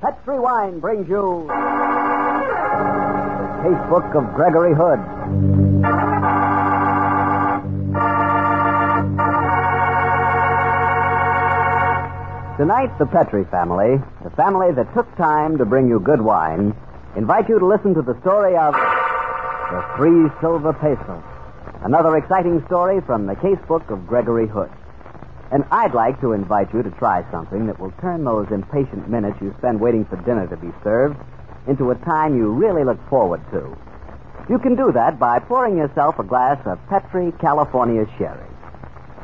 Petri Wine brings you the Case Book of Gregory Hood. Tonight, the Petri family, the family that took time to bring you good wine, invite you to listen to the story of the Three Silver Pesos, another exciting story from the Case Book of Gregory Hood. And I'd like to invite you to try something that will turn those impatient minutes you spend waiting for dinner to be served into a time you really look forward to. You can do that by pouring yourself a glass of Petri California Sherry.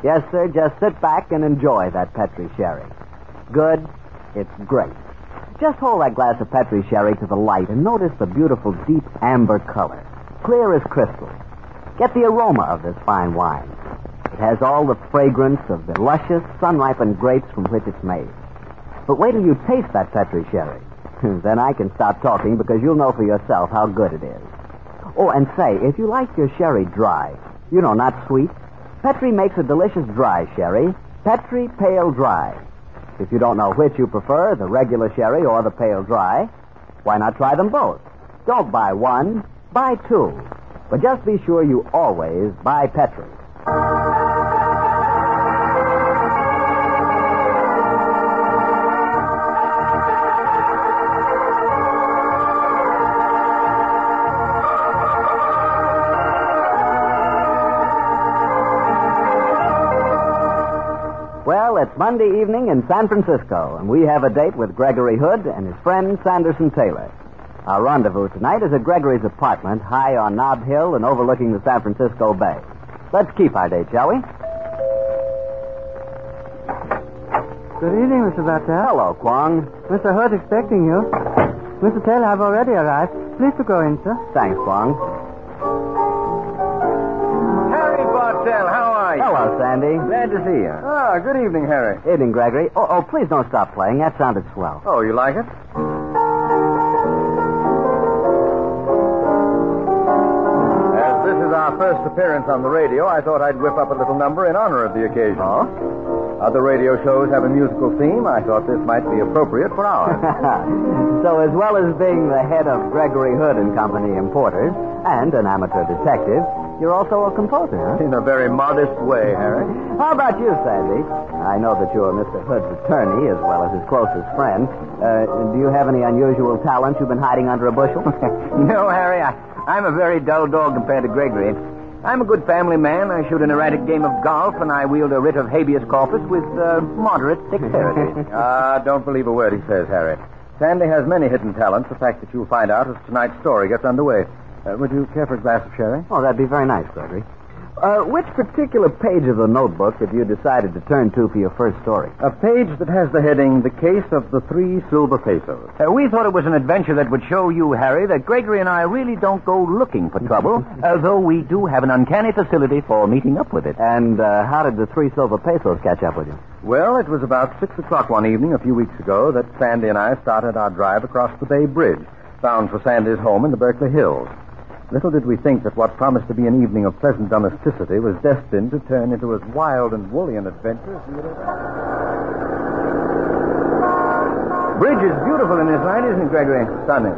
Yes, sir, just sit back and enjoy that Petri Sherry. Good, it's great. Just hold that glass of Petri Sherry to the light and notice the beautiful deep amber color, clear as crystal. Get the aroma of this fine wine. It has all the fragrance of the luscious, sun ripened grapes from which it's made. But wait till you taste that Petri sherry. then I can stop talking because you'll know for yourself how good it is. Oh, and say, if you like your sherry dry, you know, not sweet, Petri makes a delicious dry sherry, Petri Pale Dry. If you don't know which you prefer, the regular sherry or the pale dry, why not try them both? Don't buy one, buy two. But just be sure you always buy Petri. Well, it's Monday evening in San Francisco, and we have a date with Gregory Hood and his friend Sanderson Taylor. Our rendezvous tonight is at Gregory's apartment, high on Nob Hill and overlooking the San Francisco Bay. Let's keep our date, shall we? Good evening, Mr. Bartell. Hello, Kwong. Mr. Hood expecting you. Mr. Taylor, I've already arrived. Please to go in, sir. Thanks, Kwong. Harry Bartell, how are you? Hello, Sandy. Glad to see you. Ah, good evening, Harry. Evening, Gregory. Oh, oh, please don't stop playing. That sounded swell. Oh, you like it? As this is our first appearance on the radio, I thought I'd whip up a little number in honor of the occasion. Oh? Other radio shows have a musical theme. I thought this might be appropriate for ours. so, as well as being the head of Gregory Hood and Company Importers and an amateur detective, you're also a composer, huh? in a very modest way, Harry. How about you, Sandy? I know that you're Mr. Hood's attorney as well as his closest friend. Uh, do you have any unusual talent you've been hiding under a bushel? No, Harry, I, I'm a very dull dog compared to Gregory. I'm a good family man. I shoot an erratic game of golf, and I wield a writ of habeas corpus with uh, moderate dexterity. Ah, don't believe a word he says, Harry. Sandy has many hidden talents, the fact that you'll find out as tonight's story gets underway. Uh, would you care for a glass of sherry? oh, that'd be very nice, Gregory. Uh, which particular page of the notebook have you decided to turn to for your first story? A page that has the heading, The Case of the Three Silver Pesos. Uh, we thought it was an adventure that would show you, Harry, that Gregory and I really don't go looking for trouble, although we do have an uncanny facility for meeting up with it. And uh, how did the three silver pesos catch up with you? Well, it was about six o'clock one evening a few weeks ago that Sandy and I started our drive across the Bay Bridge, bound for Sandy's home in the Berkeley Hills. Little did we think that what promised to be an evening of pleasant domesticity was destined to turn into as wild and woolly an adventure as we had ever- Bridge is beautiful in this light, isn't it, Gregory? Stunning.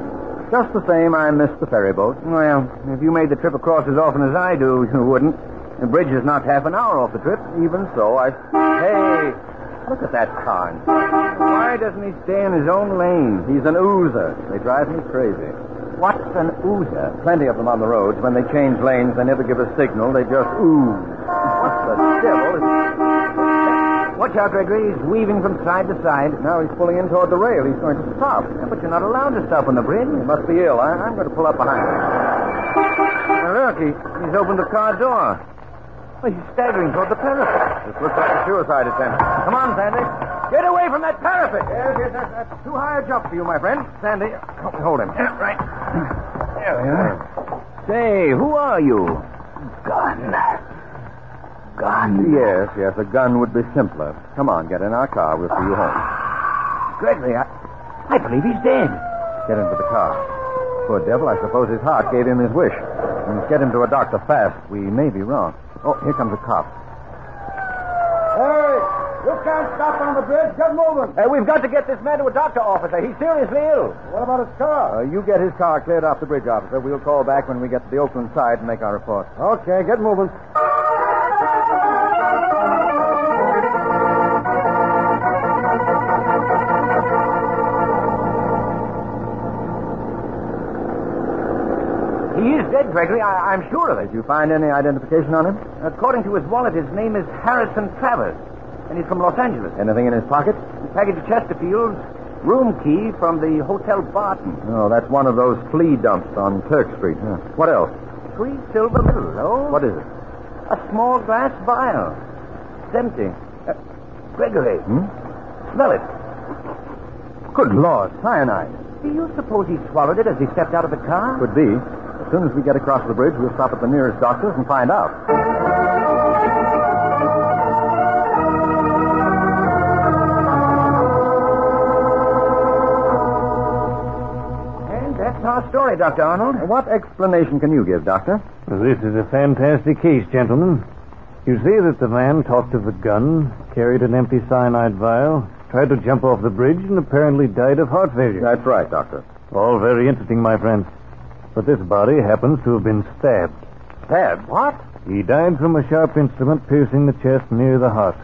Just the same, I missed the ferry boat. Well, if you made the trip across as often as I do, you wouldn't. The bridge is not half an hour off the trip. Even so, I. Hey, look at that Carnes. Why doesn't he stay in his own lane? He's an oozer. They drive me crazy. What's an oozer? Plenty of them on the roads. When they change lanes, they never give a signal. They just ooze. What the devil is. Watch out, Gregory. He's weaving from side to side. Now he's pulling in toward the rail. He's going to stop. Yeah, but you're not allowed to stop on the bridge. He must be ill. I, I'm going to pull up behind him. Now, look, he, he's opened the car door. Well, he's staggering toward the parapet. This looks like a suicide attempt. Come on, Sandy. Get away from that parapet. Yes, yes, that, that's too high a jump for you, my friend. Sandy, help me hold him. Yeah, right. There we are. Say, who are you? Gun. Gun. Yes, yes, a gun would be simpler. Come on, get in our car. We'll see you home. Gregory, I, I believe he's dead. Get into the car. Poor devil, I suppose his heart gave him his wish. And get him to a doctor fast. We may be wrong. Oh, here comes a cop. Hey, look can't stop on the bridge. Get moving. Uh, we've got to get this man to a doctor, officer. He's seriously ill. What about his car? Uh, you get his car cleared off the bridge, officer. We'll call back when we get to the Oakland side and make our report. Okay, get moving. He is dead, Gregory. I, I'm sure of it. Did you find any identification on him? According to his wallet, his name is Harrison Travers, and he's from Los Angeles. Anything in his pocket? Package of Chesterfield's, room key from the Hotel Barton. No, Oh, that's one of those flea dumps on Turk Street. Huh. What else? Three silver medals. Oh, What is it? a small glass vial. It's empty. Uh, Gregory, Hmm? smell it. Good Lord, cyanide. Do you suppose he swallowed it as he stepped out of the car? Could be. As soon as we get across the bridge, we'll stop at the nearest doctor's and find out. And that's our story, Dr. Arnold. What explanation can you give, Doctor? This is a fantastic case, gentlemen. You see that the man talked of the gun, carried an empty cyanide vial, tried to jump off the bridge, and apparently died of heart failure. That's right, Doctor. All very interesting, my friends. But this body happens to have been stabbed. Ted, what? He died from a sharp instrument piercing the chest near the heart.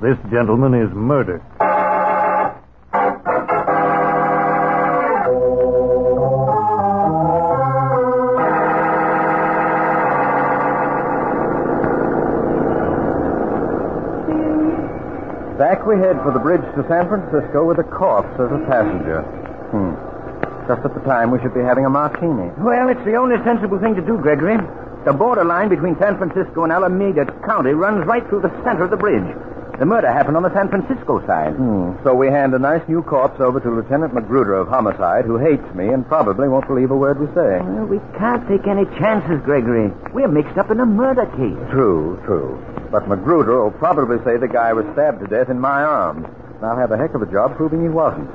This gentleman is murdered. Back we head for the bridge to San Francisco with a corpse as a passenger. Hmm. Just at the time we should be having a martini. Well, it's the only sensible thing to do, Gregory. The border line between San Francisco and Alameda County runs right through the center of the bridge. The murder happened on the San Francisco side. Hmm. So we hand a nice new corpse over to Lieutenant Magruder of Homicide, who hates me and probably won't believe a word we say. Well, we can't take any chances, Gregory. We're mixed up in a murder case. True, true. But Magruder will probably say the guy was stabbed to death in my arms. And I'll have a heck of a job proving he wasn't.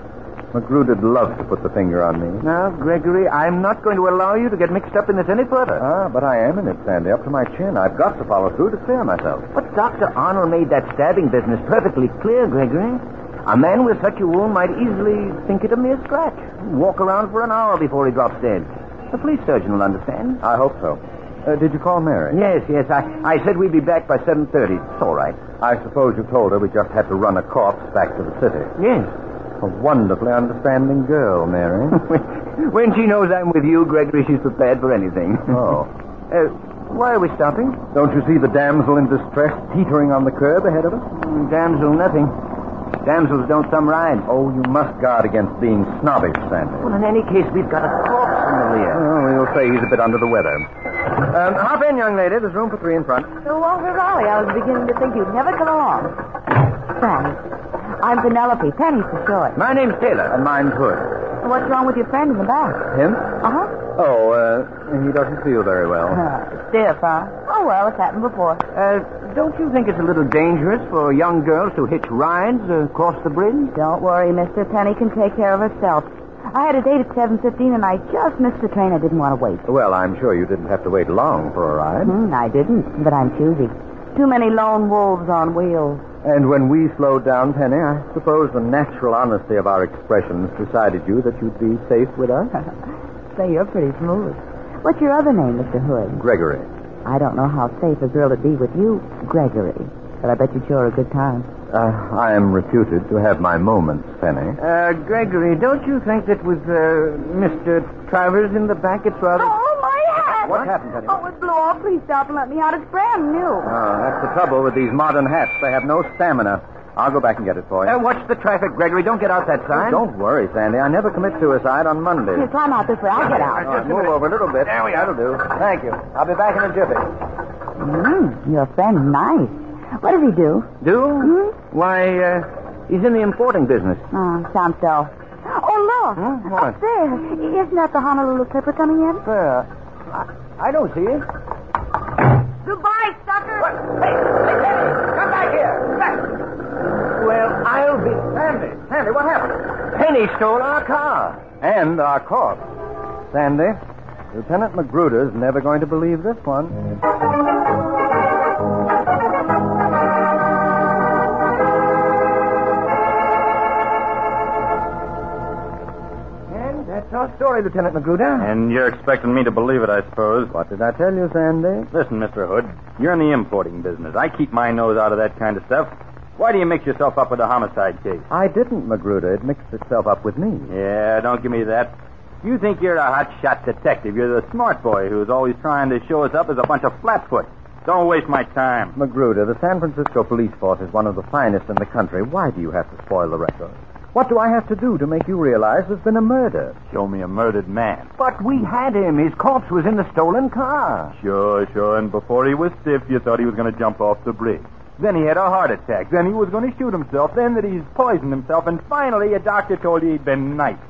Magruder'd love to put the finger on me. Now, Gregory, I'm not going to allow you to get mixed up in this any further. Ah, but I am in it, Sandy, up to my chin. I've got to follow through to clear myself. But Dr. Arnold made that stabbing business perfectly clear, Gregory. A man with such a wound might easily think it a mere scratch. Walk around for an hour before he drops dead. The police surgeon will understand. I hope so. Uh, did you call Mary? Yes, yes. I, I said we'd be back by 7.30. It's all right. I suppose you told her we just had to run a corpse back to the city. Yes. A wonderfully understanding girl, Mary. when she knows I'm with you, Gregory, she's prepared for anything. oh. Uh, why are we stopping? Don't you see the damsel in distress teetering on the curb ahead of us? Mm, Damsel, nothing. Damsels don't some ride. Oh, you must guard against being snobbish, Sandy. Oh, Well, in any case, we've got a corpse in the rear. Well, we'll say he's a bit under the weather. Um, hop in, young lady. There's room for three in front. Sir Walter Raleigh, I was beginning to think you'd never come along. Thanks. I'm Penelope, Penny for short. My name's Taylor. And mine's Hood. What's wrong with your friend in the back? Him? Uh-huh. Oh, uh, he doesn't feel very well. Uh, stiff, huh? Oh, well, it's happened before. Uh, don't you think it's a little dangerous for young girls to hitch rides uh, across the bridge? Don't worry, Mr. Penny can take care of herself. I had a date at 7.15 and I just missed the train. I didn't want to wait. Well, I'm sure you didn't have to wait long for a ride. Hmm, I didn't, but I'm choosy. Too many lone wolves on wheels. Hmm? And when we slowed down, Penny, I suppose the natural honesty of our expressions decided you that you'd be safe with us? Say, you're pretty smooth. What's your other name, Mr. Hood? Gregory. I don't know how safe a girl would be with you, Gregory, but I bet you'd sure a good time. Uh, I am reputed to have my moments, Penny. Uh, Gregory, don't you think that with uh, Mr. Travers in the back, it's rather. Oh, my hat! What happened, Penny? Oh, it blew off. Please stop and let me out. It's brand new. Ah, that's the trouble with these modern hats. They have no stamina. I'll go back and get it for you. Uh, Oh, watch the traffic, Gregory. Don't get out that sign. Don't worry, Sandy. I never commit suicide on Monday. Here, climb out this way. I'll get All out. right, move over a little bit. There we are. That'll do. Thank you. I'll be back in a jiffy. Mm, your friend, nice. What does he do? Do? Why, uh, he's in the importing business. Oh, sounds dull. Oh, look. Hmm? What? Up there. Isn't that the Honolulu Clipper coming in? Uh, I, I don't see it. Goodbye, sucker. Come back here. Well, I'll be. Sandy, Sandy, what happened? Penny stole our car. And our corpse. Sandy, Lieutenant Magruder's never going to believe this one. That's our story, Lieutenant Magruder. And you're expecting me to believe it, I suppose. What did I tell you, Sandy? Listen, Mr. Hood, you're in the importing business. I keep my nose out of that kind of stuff. Why do you mix yourself up with a homicide case? I didn't, Magruder. It mixed itself up with me. Yeah, don't give me that. You think you're a hot shot detective. You're the smart boy who's always trying to show us up as a bunch of flatfoot. Don't waste my time. Magruder, the San Francisco police force is one of the finest in the country. Why do you have to spoil the record? What do I have to do to make you realize there's been a murder? Show me a murdered man. But we had him. His corpse was in the stolen car. Sure, sure. And before he was stiff, you thought he was going to jump off the bridge. Then he had a heart attack. Then he was going to shoot himself. Then that he's poisoned himself. And finally, a doctor told you he'd been knifed.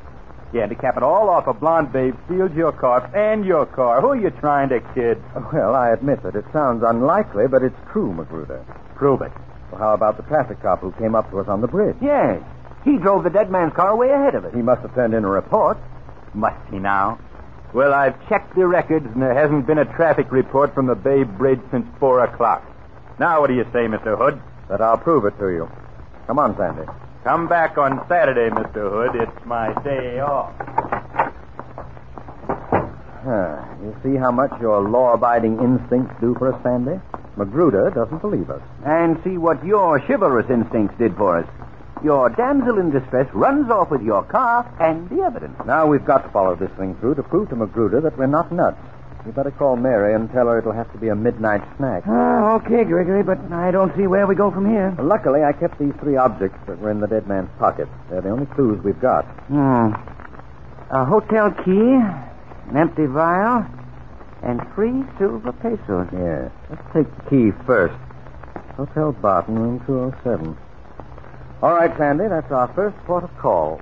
You had to cap it all off. A blonde babe steals your corpse and your car. Who are you trying to kid? Well, I admit that it sounds unlikely, but it's true, Magruder. Prove it. Well, how about the traffic cop who came up to us on the bridge? Yes. He drove the dead man's car way ahead of us. He must have turned in a report. Must he now? Well, I've checked the records, and there hasn't been a traffic report from the Bay Bridge since four o'clock. Now, what do you say, Mr. Hood? But I'll prove it to you. Come on, Sandy. Come back on Saturday, Mr. Hood. It's my day off. Huh. Ah, You see how much your law-abiding instincts do for us, Sandy? Magruder doesn't believe us. And see what your chivalrous instincts did for us. Your damsel in distress runs off with your car and the evidence. Now we've got to follow this thing through to prove to Magruder that we're not nuts. You better call Mary and tell her it'll have to be a midnight snack. Oh, okay, Gregory, but I don't see where we go from here. Luckily, I kept these three objects that were in the dead man's pocket. They're the only clues we've got. Hmm. A hotel key, an empty vial, and three silver pesos. Yeah. Let's take the key first. Hotel Barton, room 207. All right, Sandy, that's our first port of call.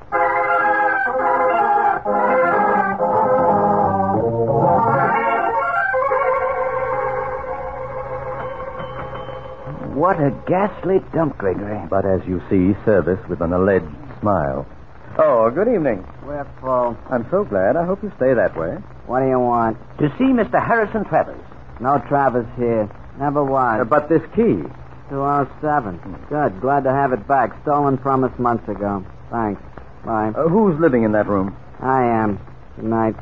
What a ghastly dump, Gregory. But as you see, service with an alleged smile. Oh, good evening. Where for? I'm so glad. I hope you stay that way. What do you want? To see Mr. Harrison Travers. No Travers here. Never was. Uh, but this key. 207. Good. Glad to have it back. Stolen from us months ago. Thanks. Bye. Uh, who's living in that room? I am. Good night.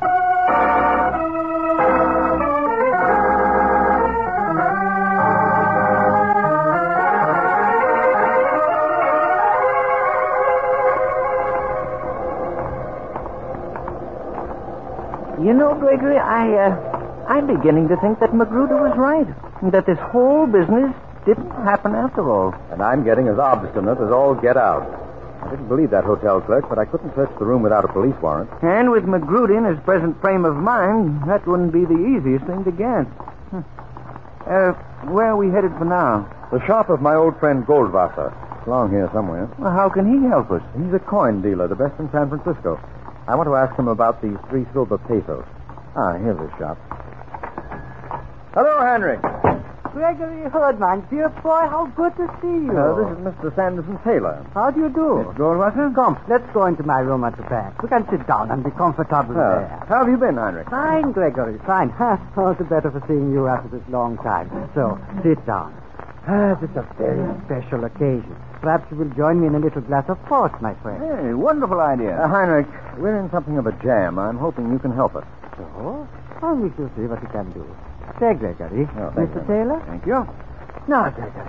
You know, Gregory, I, uh, I'm beginning to think that Magruder was right. That this whole business didn't happen after all. And I'm getting as obstinate as all get out. I didn't believe that hotel clerk, but I couldn't search the room without a police warrant. And with Magruder in his present frame of mind, that wouldn't be the easiest thing to get. Huh. Uh, where are we headed for now? The shop of my old friend Goldwasser. It's along here somewhere. Well, how can he help us? He's a coin dealer, the best in San Francisco. I want to ask him about these three silver pesos. Ah, here's his shop. Hello, Henry. Gregory Hood, my dear boy, how good to see you. Uh, this is Mr. Sanderson Taylor. How do you do? Miss Goldwasser? Come, let's go into my room at the back. We can sit down and be comfortable Uh, there. how have you been, Heinrich? Fine, Gregory, fine. Huh, All the better for seeing you after this long time. So, sit down. Ah, this is a very special occasion. Perhaps you will join me in a little glass of port, my friend. Hey, wonderful idea. Uh, Heinrich, we're in something of a jam. I'm hoping you can help us. Oh? So, well, we shall see what we can do. Say, Gregory, Oh, thank Mr. you. Taylor? Thank you. No, Gregory.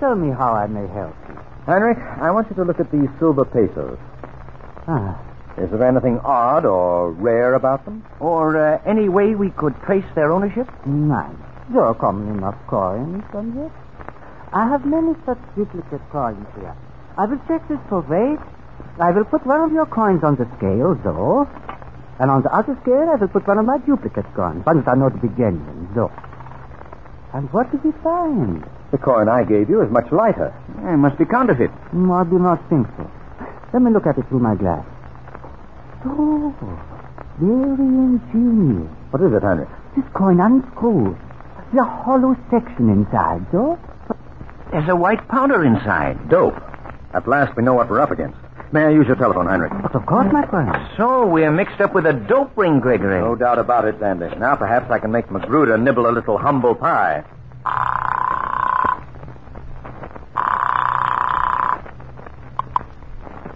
Tell me how I may help you. Heinrich, I want you to look at these silver pesos. Ah, Is there anything odd or rare about them? Or uh, any way we could trace their ownership? Nine. There are common enough coins, and yet I have many such duplicate coins here. I will check this for weight. I will put one of your coins on the scale, though. And on the other scale, I will put one of my duplicate coins, ones that are not to be genuine, though. And what do we find? The coin I gave you is much lighter. It must be counterfeit. Hmm, I do not think so. Let me look at it through my glass. Oh, very ingenious. What is it, Heinrich? This coin unscrews. The hollow section inside, though. There's a white powder inside. Dope. At last we know what we're up against. May I use your telephone, Heinrich? But of course, my friend. So we're mixed up with a dope ring, Gregory. No doubt about it, Sandy. Now perhaps I can make Magruder nibble a little humble pie.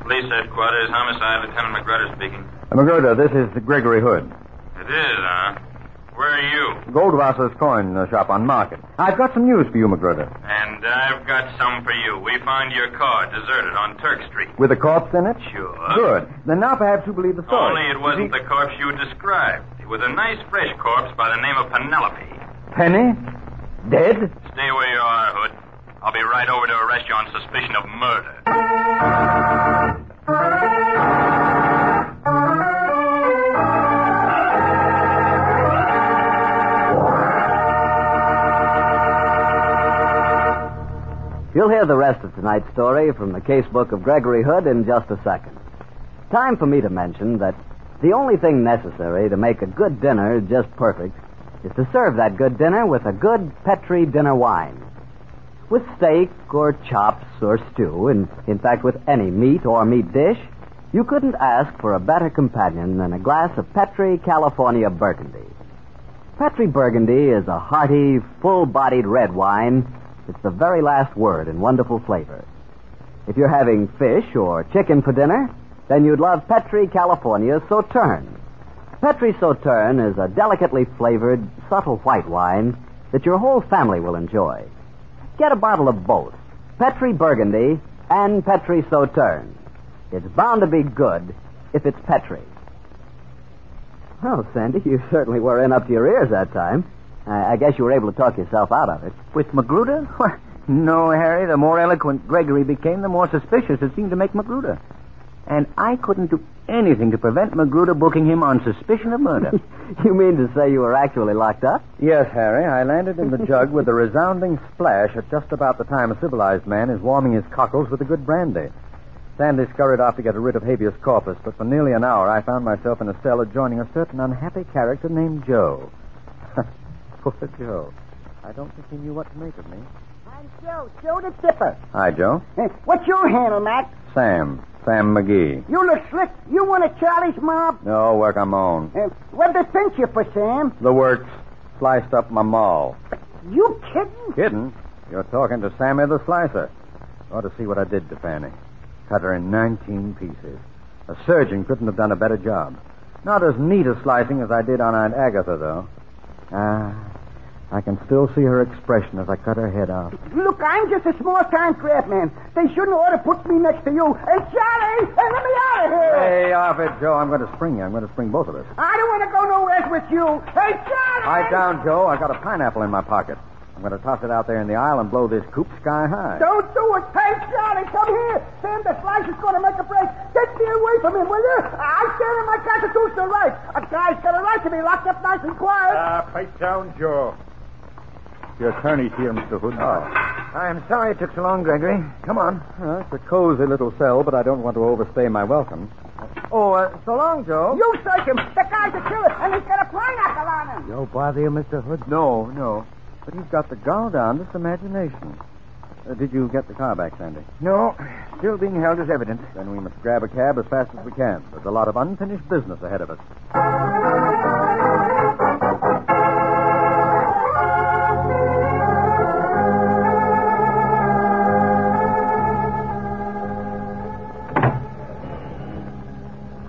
Police headquarters, homicide, Lieutenant McGrutter speaking. Magruder, this is Gregory Hood. It is, huh? Where are you? Goldwasser's coin uh, shop on Market. I've got some news for you, Magruder. And I've got some for you. We found your car deserted on Turk Street. With a corpse in it? Sure. Good. Then now perhaps you believe the story. Only it wasn't the corpse you described. It was a nice, fresh corpse by the name of Penelope. Penny? Dead? Stay where you are, Hood. I'll be right over to arrest you on suspicion of murder. You'll hear the rest of tonight's story from the casebook of Gregory Hood in just a second. Time for me to mention that the only thing necessary to make a good dinner just perfect is to serve that good dinner with a good Petri dinner wine. With steak or chops or stew, and in fact with any meat or meat dish, you couldn't ask for a better companion than a glass of Petri California Burgundy. Petri Burgundy is a hearty, full-bodied red wine. It's the very last word in wonderful flavor. If you're having fish or chicken for dinner, then you'd love Petri California Sauterne. Petri Sauterne is a delicately flavored, subtle white wine that your whole family will enjoy. Get a bottle of both, Petri Burgundy and Petri Sauterne. It's bound to be good if it's Petri. Well, Sandy, you certainly were in up to your ears that time. I, I guess you were able to talk yourself out of it. With Magruder? Why, no, Harry. The more eloquent Gregory became, the more suspicious it seemed to make Magruder. And I couldn't do anything to prevent Magruder booking him on suspicion of murder. You mean to say you were actually locked up? yes, Harry. I landed in the jug with a resounding splash at just about the time a civilized man is warming his cockles with a good brandy. Sandy scurried off to get rid of habeas corpus, but for nearly an hour I found myself in a cell adjoining a certain unhappy character named Joe. Poor Joe. I don't think he knew what to make of me. I'm Joe, Joe the Tipper. Hi, Joe. Hey, Eh, what's your handle, Mac? Sam. Sam McGee. You look slick. You one of Charlie's mob? No work I'm on. Uh, what they pinch you for, Sam? The works sliced up my maul. You kidding? Kidding? You're talking to Sammy the Slicer. Ought to see what I did to Fanny. Cut her in 19 pieces. A surgeon couldn't have done a better job. Not as neat a slicing as I did on Aunt Agatha, though. Ah, I can still see her expression as I cut her head off. Look, I'm just a small-time crab man. They shouldn't ought to put me next to you. Hey, Charlie! Hey, let me out of here! Hey, off it, Joe. I'm going to spring you. I'm going to spring both of us. I don't want to go nowhere with you. Hey, Charlie! Lie down, Joe. I got a pineapple in my pocket. I'm going to toss it out there in the aisle and blow this coop sky high. Don't do it. Hey, Charlie, come here. Sam, the slice is going to make a break. Get me away from him, will you? I stand in my constitutional right. A guy's got a right to be locked up nice and quiet. Ah, pipe down, Joe. Your attorney's here, Mr. Hood. Oh, I'm sorry it took so long, Gregory. Come on. it's a cozy little cell, but I don't want to overstay my welcome. Oh, uh, so long, Joe. you search him. The guy's a killer, and he's got a pineapple on him. No bother you, Mr. Hood. No, no. But he's got the gall down, this imagination. Uh, did you get the car back, Sandy? No. Still being held as evidence. Then we must grab a cab as fast as we can. There's a lot of unfinished business ahead of us.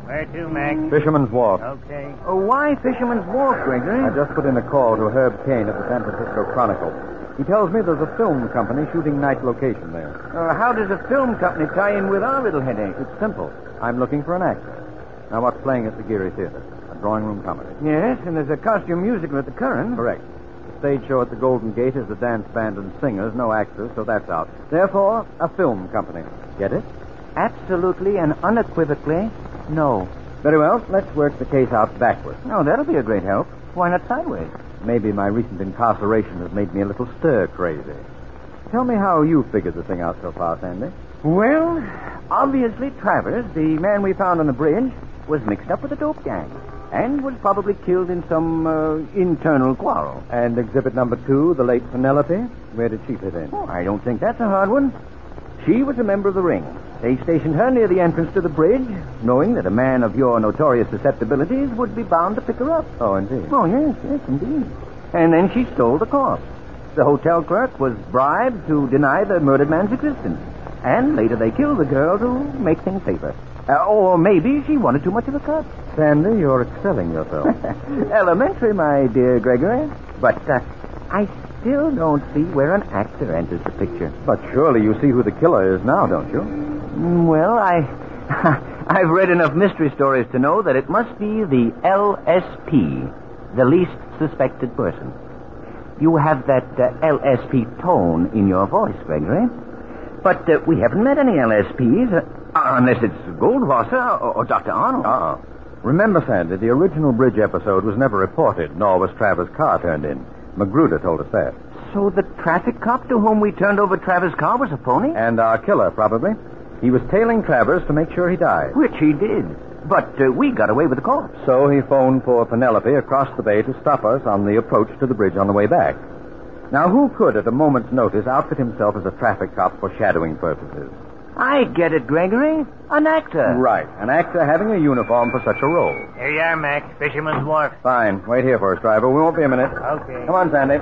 Where to, Mac? Fisherman's Walk. Okay. Oh, why Fisherman's Wharf, Gregory? I just put in a call to Herb Kane at the San Francisco Chronicle. He tells me there's a film company shooting night location there. Uh, how does a film company tie in with our little headache? It's simple. I'm looking for an actor. Now, what's playing at the Geary Theater? A drawing room comedy. Yes, and there's a costume musical at the Curran. Correct. The stage show at the Golden Gate is a dance band and singers, no actors, so that's out. Therefore, a film company. Get it? Absolutely and unequivocally, no. Very well. Let's work the case out backwards. No, that'll be a great help. Why not sideways? Maybe my recent incarceration has made me a little stir crazy. Tell me how you figured the thing out so far, Sandy. Well, obviously Travers, the man we found on the bridge, was mixed up with a dope gang and was probably killed in some uh, internal quarrel. And exhibit number two, the late Penelope, where did she fit in? Oh, I don't think that's a hard one. She was a member of the ring. They stationed her near the entrance to the bridge, knowing that a man of your notorious susceptibilities would be bound to pick her up. Oh, indeed. Oh, yes, yes, indeed. And then she stole the corpse. The hotel clerk was bribed to deny the murdered man's existence. And later they killed the girl to make things safer. Uh, or maybe she wanted too much of a cut. Sandy, you're excelling yourself. Elementary, my dear Gregory. But uh, I still don't see where an actor enters the picture. But surely you see who the killer is now, don't you? Well, I. I've read enough mystery stories to know that it must be the LSP, the least suspected person. You have that uh, LSP tone in your voice, Gregory. But uh, we haven't met any LSPs, uh, unless it's Goldwasser or, or Dr. Arnold. Uh-uh. Remember, Sandy, the original bridge episode was never reported, nor was Travis Carr turned in. Magruder told us that. So the traffic cop to whom we turned over Travis Carr was a pony? And our killer, probably. He was tailing Travers to make sure he died. Which he did. But uh, we got away with the corpse. So he phoned for Penelope across the bay to stop us on the approach to the bridge on the way back. Now, who could, at a moment's notice, outfit himself as a traffic cop for shadowing purposes? I get it, Gregory. An actor. Right. An actor having a uniform for such a role. Here you are, Mac. Fisherman's Wharf. Fine. Wait here for us, driver. We won't be a minute. Okay. Come on, Sandy.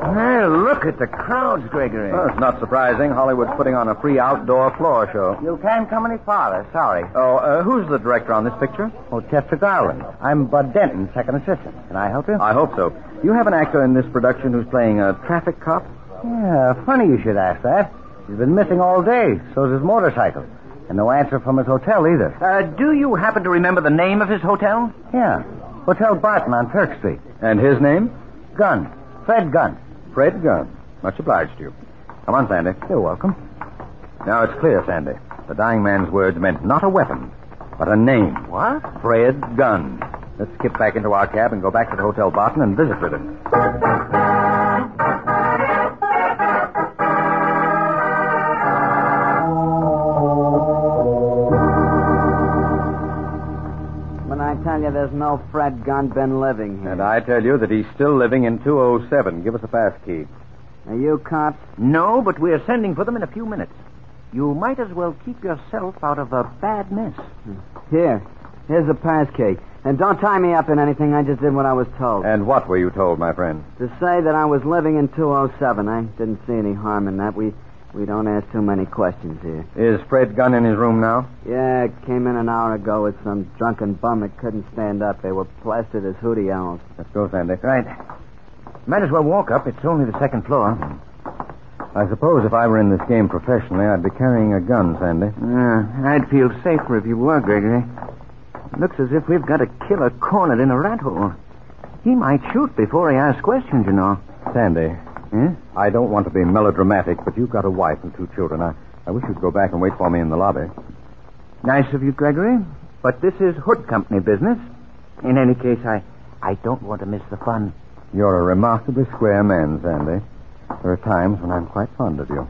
Hey, look at the crowds, Gregory. Well, it's not surprising. Hollywood's putting on a free outdoor floor show. You can't come any farther. Sorry. Oh, uh, who's the director on this picture? Oh, Chester Garland. I'm Bud Denton, second assistant. Can I help you? I hope so. You have an actor in this production who's playing a traffic cop? Yeah, funny you should ask that. He's been missing all day. So's his motorcycle. And no answer from his hotel either. Uh, do you happen to remember the name of his hotel? Yeah. Hotel Barton on Turk Street. And his name? Gunn. Fred Gunn. Fred Gunn. Much obliged to you. Come on, Sandy. You're welcome. Now it's clear, Sandy. The dying man's words meant not a weapon, but a name. What? Fred Gunn. Let's skip back into our cab and go back to the Hotel Barton and visit with him. When I tell you there's no Fred Gunn been living here. And I tell you that he's still living in 207. Give us a pass key. Now, you cops, No, but we're sending for them in a few minutes. You might as well keep yourself out of a bad mess. here. Here's a pass cake. And don't tie me up in anything. I just did what I was told. And what were you told, my friend? to say that I was living in 207. I didn't see any harm in that. We we don't ask too many questions here. Is Fred Gunn in his room now? Yeah, came in an hour ago with some drunken bum that couldn't stand up. They were plastered as hootie owls. Let's go, Sandy. Right. Might as well walk up. It's only the second floor. I suppose if I were in this game professionally, I'd be carrying a gun, Sandy. Uh, I'd feel safer if you were, Gregory. Looks as if we've got a killer cornered in a rat hole. He might shoot before he asks questions, you know. Eh? Sandy. I don't want to be melodramatic, but you've got a wife and two children. I, I wish you'd go back and wait for me in the lobby. Nice of you, Gregory. But this is Hood Company business. In any case, I, I don't want to miss the fun. You're a remarkably square man, Sandy. There are times when I'm quite fond of you.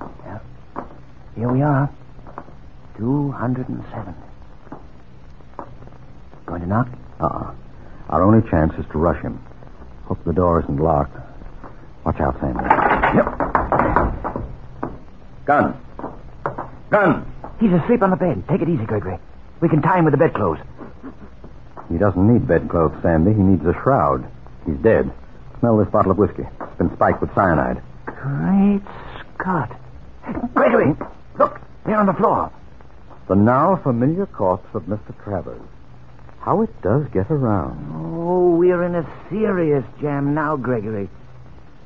Well, here we are. 207. Going to knock? Uh-uh. Our only chance is to rush him. Hope the door isn't locked. Watch out, Sandy. Yep. Gun. Gun. He's asleep on the bed. Take it easy, Gregory. We can tie him with the bedclothes. He doesn't need bedclothes, Sandy. He needs a shroud. He's dead. Smell this bottle of whiskey. It's been spiked with cyanide. Great Scott. Gregory, look. There on the floor. The now familiar corpse of Mr. Travers. How it does get around. Oh, we're in a serious jam now, Gregory.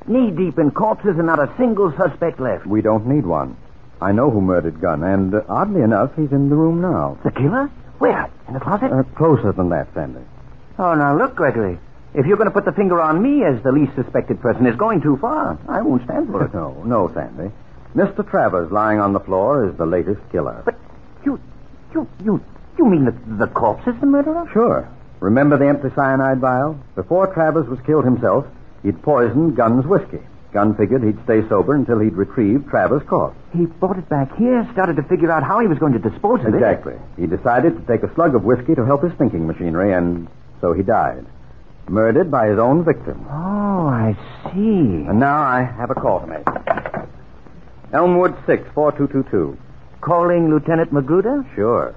Knee deep in corpses and not a single suspect left. We don't need one. I know who murdered Gunn, and uh, oddly enough, he's in the room now. The killer? Where? In the closet? Uh, closer than that, Sandy. Oh, now look, Gregory. If you're going to put the finger on me as the least suspected person, it's going too far. I won't stand for it. no, no, Sandy. Mr. Travers lying on the floor is the latest killer. But you, you, you, you mean the, the corpse is the murderer? Sure. Remember the empty cyanide vial? Before Travers was killed himself, he'd poisoned Gunn's whiskey. Gunn figured he'd stay sober until he'd retrieved Travers' corpse. He brought it back here, started to figure out how he was going to dispose of it. Exactly. He decided to take a slug of whiskey to help his thinking machinery, and so he died. Murdered by his own victim. Oh, I see. And now I have a call to make. Elmwood 6, 4222. Calling Lieutenant Magruder? Sure.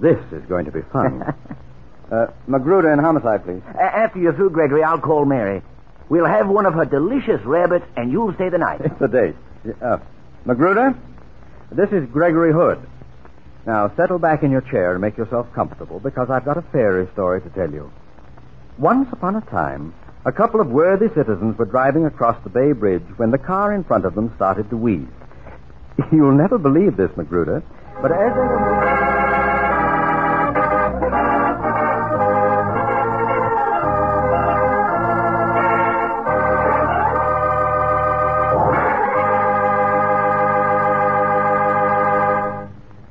This is going to be fun. uh, Magruder and homicide, please. after you're through, Gregory, I'll call Mary. We'll have one of her delicious rabbits, and you'll stay the night. It's a date. Uh, Magruder, this is Gregory Hood. Now, settle back in your chair and make yourself comfortable because I've got a fairy story to tell you. Once upon a time, a couple of worthy citizens were driving across the Bay Bridge when the car in front of them started to wheeze. You'll never believe this, Magruder, but as they were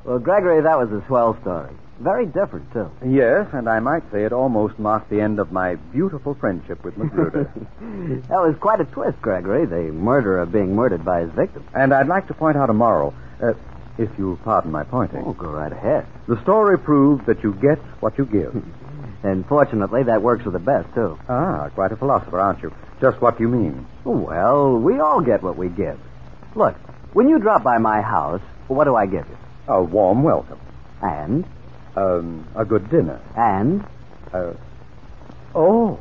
Well, Gregory, that was a swell story. Very different, too. Yes, and I might say it almost marked the end of my beautiful friendship with Magruder. That was quite a twist, Gregory, the murderer being murdered by his victim. and I'd like to point out a moral, uh, if you'll pardon my pointing. Oh, go right ahead. The story proved that you get what you give. And fortunately, that works for the best, too. ah, quite a philosopher, aren't you? Just what do you mean? Well, we all get what we give. Look, when you drop by my house, what do I give you? A warm welcome. And, Um, a good dinner. and, Uh, oh,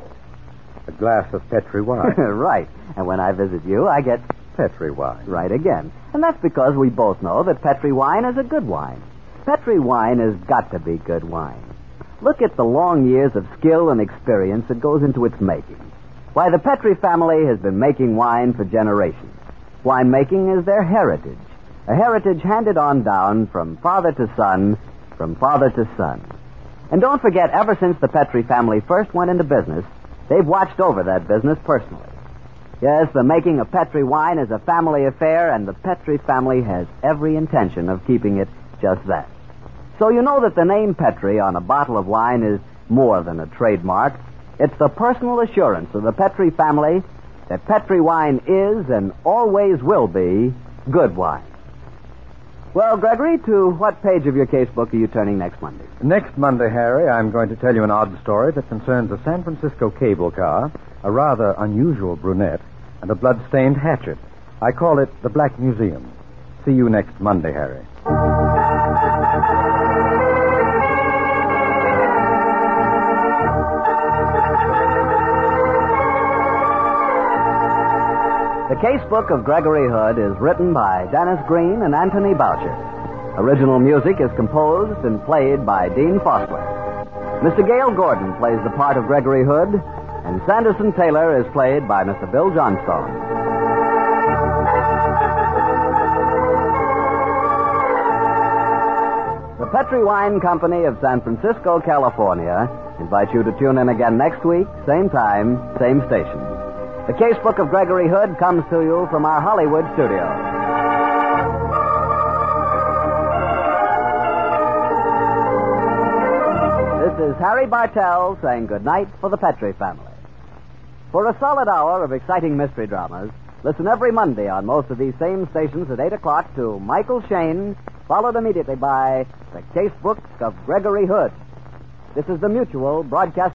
a glass of Petri wine. right. And when I visit you, I get Petri wine. right again. And that's because we both know that Petri wine is a good wine. Petri wine has got to be good wine. Look at the long years of skill and experience that goes into its making. Why, the Petri family has been making wine for generations. Winemaking is their heritage, a heritage handed on down from father to son, from father to son. And don't forget, ever since the Petri family first went into business, they've watched over that business personally. Yes, the making of Petri wine is a family affair, and the Petri family has every intention of keeping it just that. So you know that the name Petri on a bottle of wine is more than a trademark. It's the personal assurance of the Petri family that Petri wine is and always will be good wine. Well, Gregory, to what page of your casebook are you turning next Monday? Next Monday, Harry, I'm going to tell you an odd story that concerns a San Francisco cable car, a rather unusual brunette, and a blood-stained hatchet. I call it the Black Museum. See you next Monday, Harry. The Casebook of Gregory Hood is written by Dennis Green and Anthony Boucher. Original music is composed and played by Dean Fosler. Mr. Gail Gordon plays the part of Gregory Hood, and Sanderson Taylor is played by Mr. Bill Johnstone. The Petri Wine Company of San Francisco, California, invites you to tune in again next week, same time, same station. The Casebook of Gregory Hood comes to you from our Hollywood studios. This is Harry Bartell saying goodnight for the Petrie family. For a solid hour of exciting mystery dramas, listen every Monday on most of these same stations at 8 o'clock to Michael Shane, followed immediately by The Casebooks of Gregory Hood. This is the Mutual Broadcast.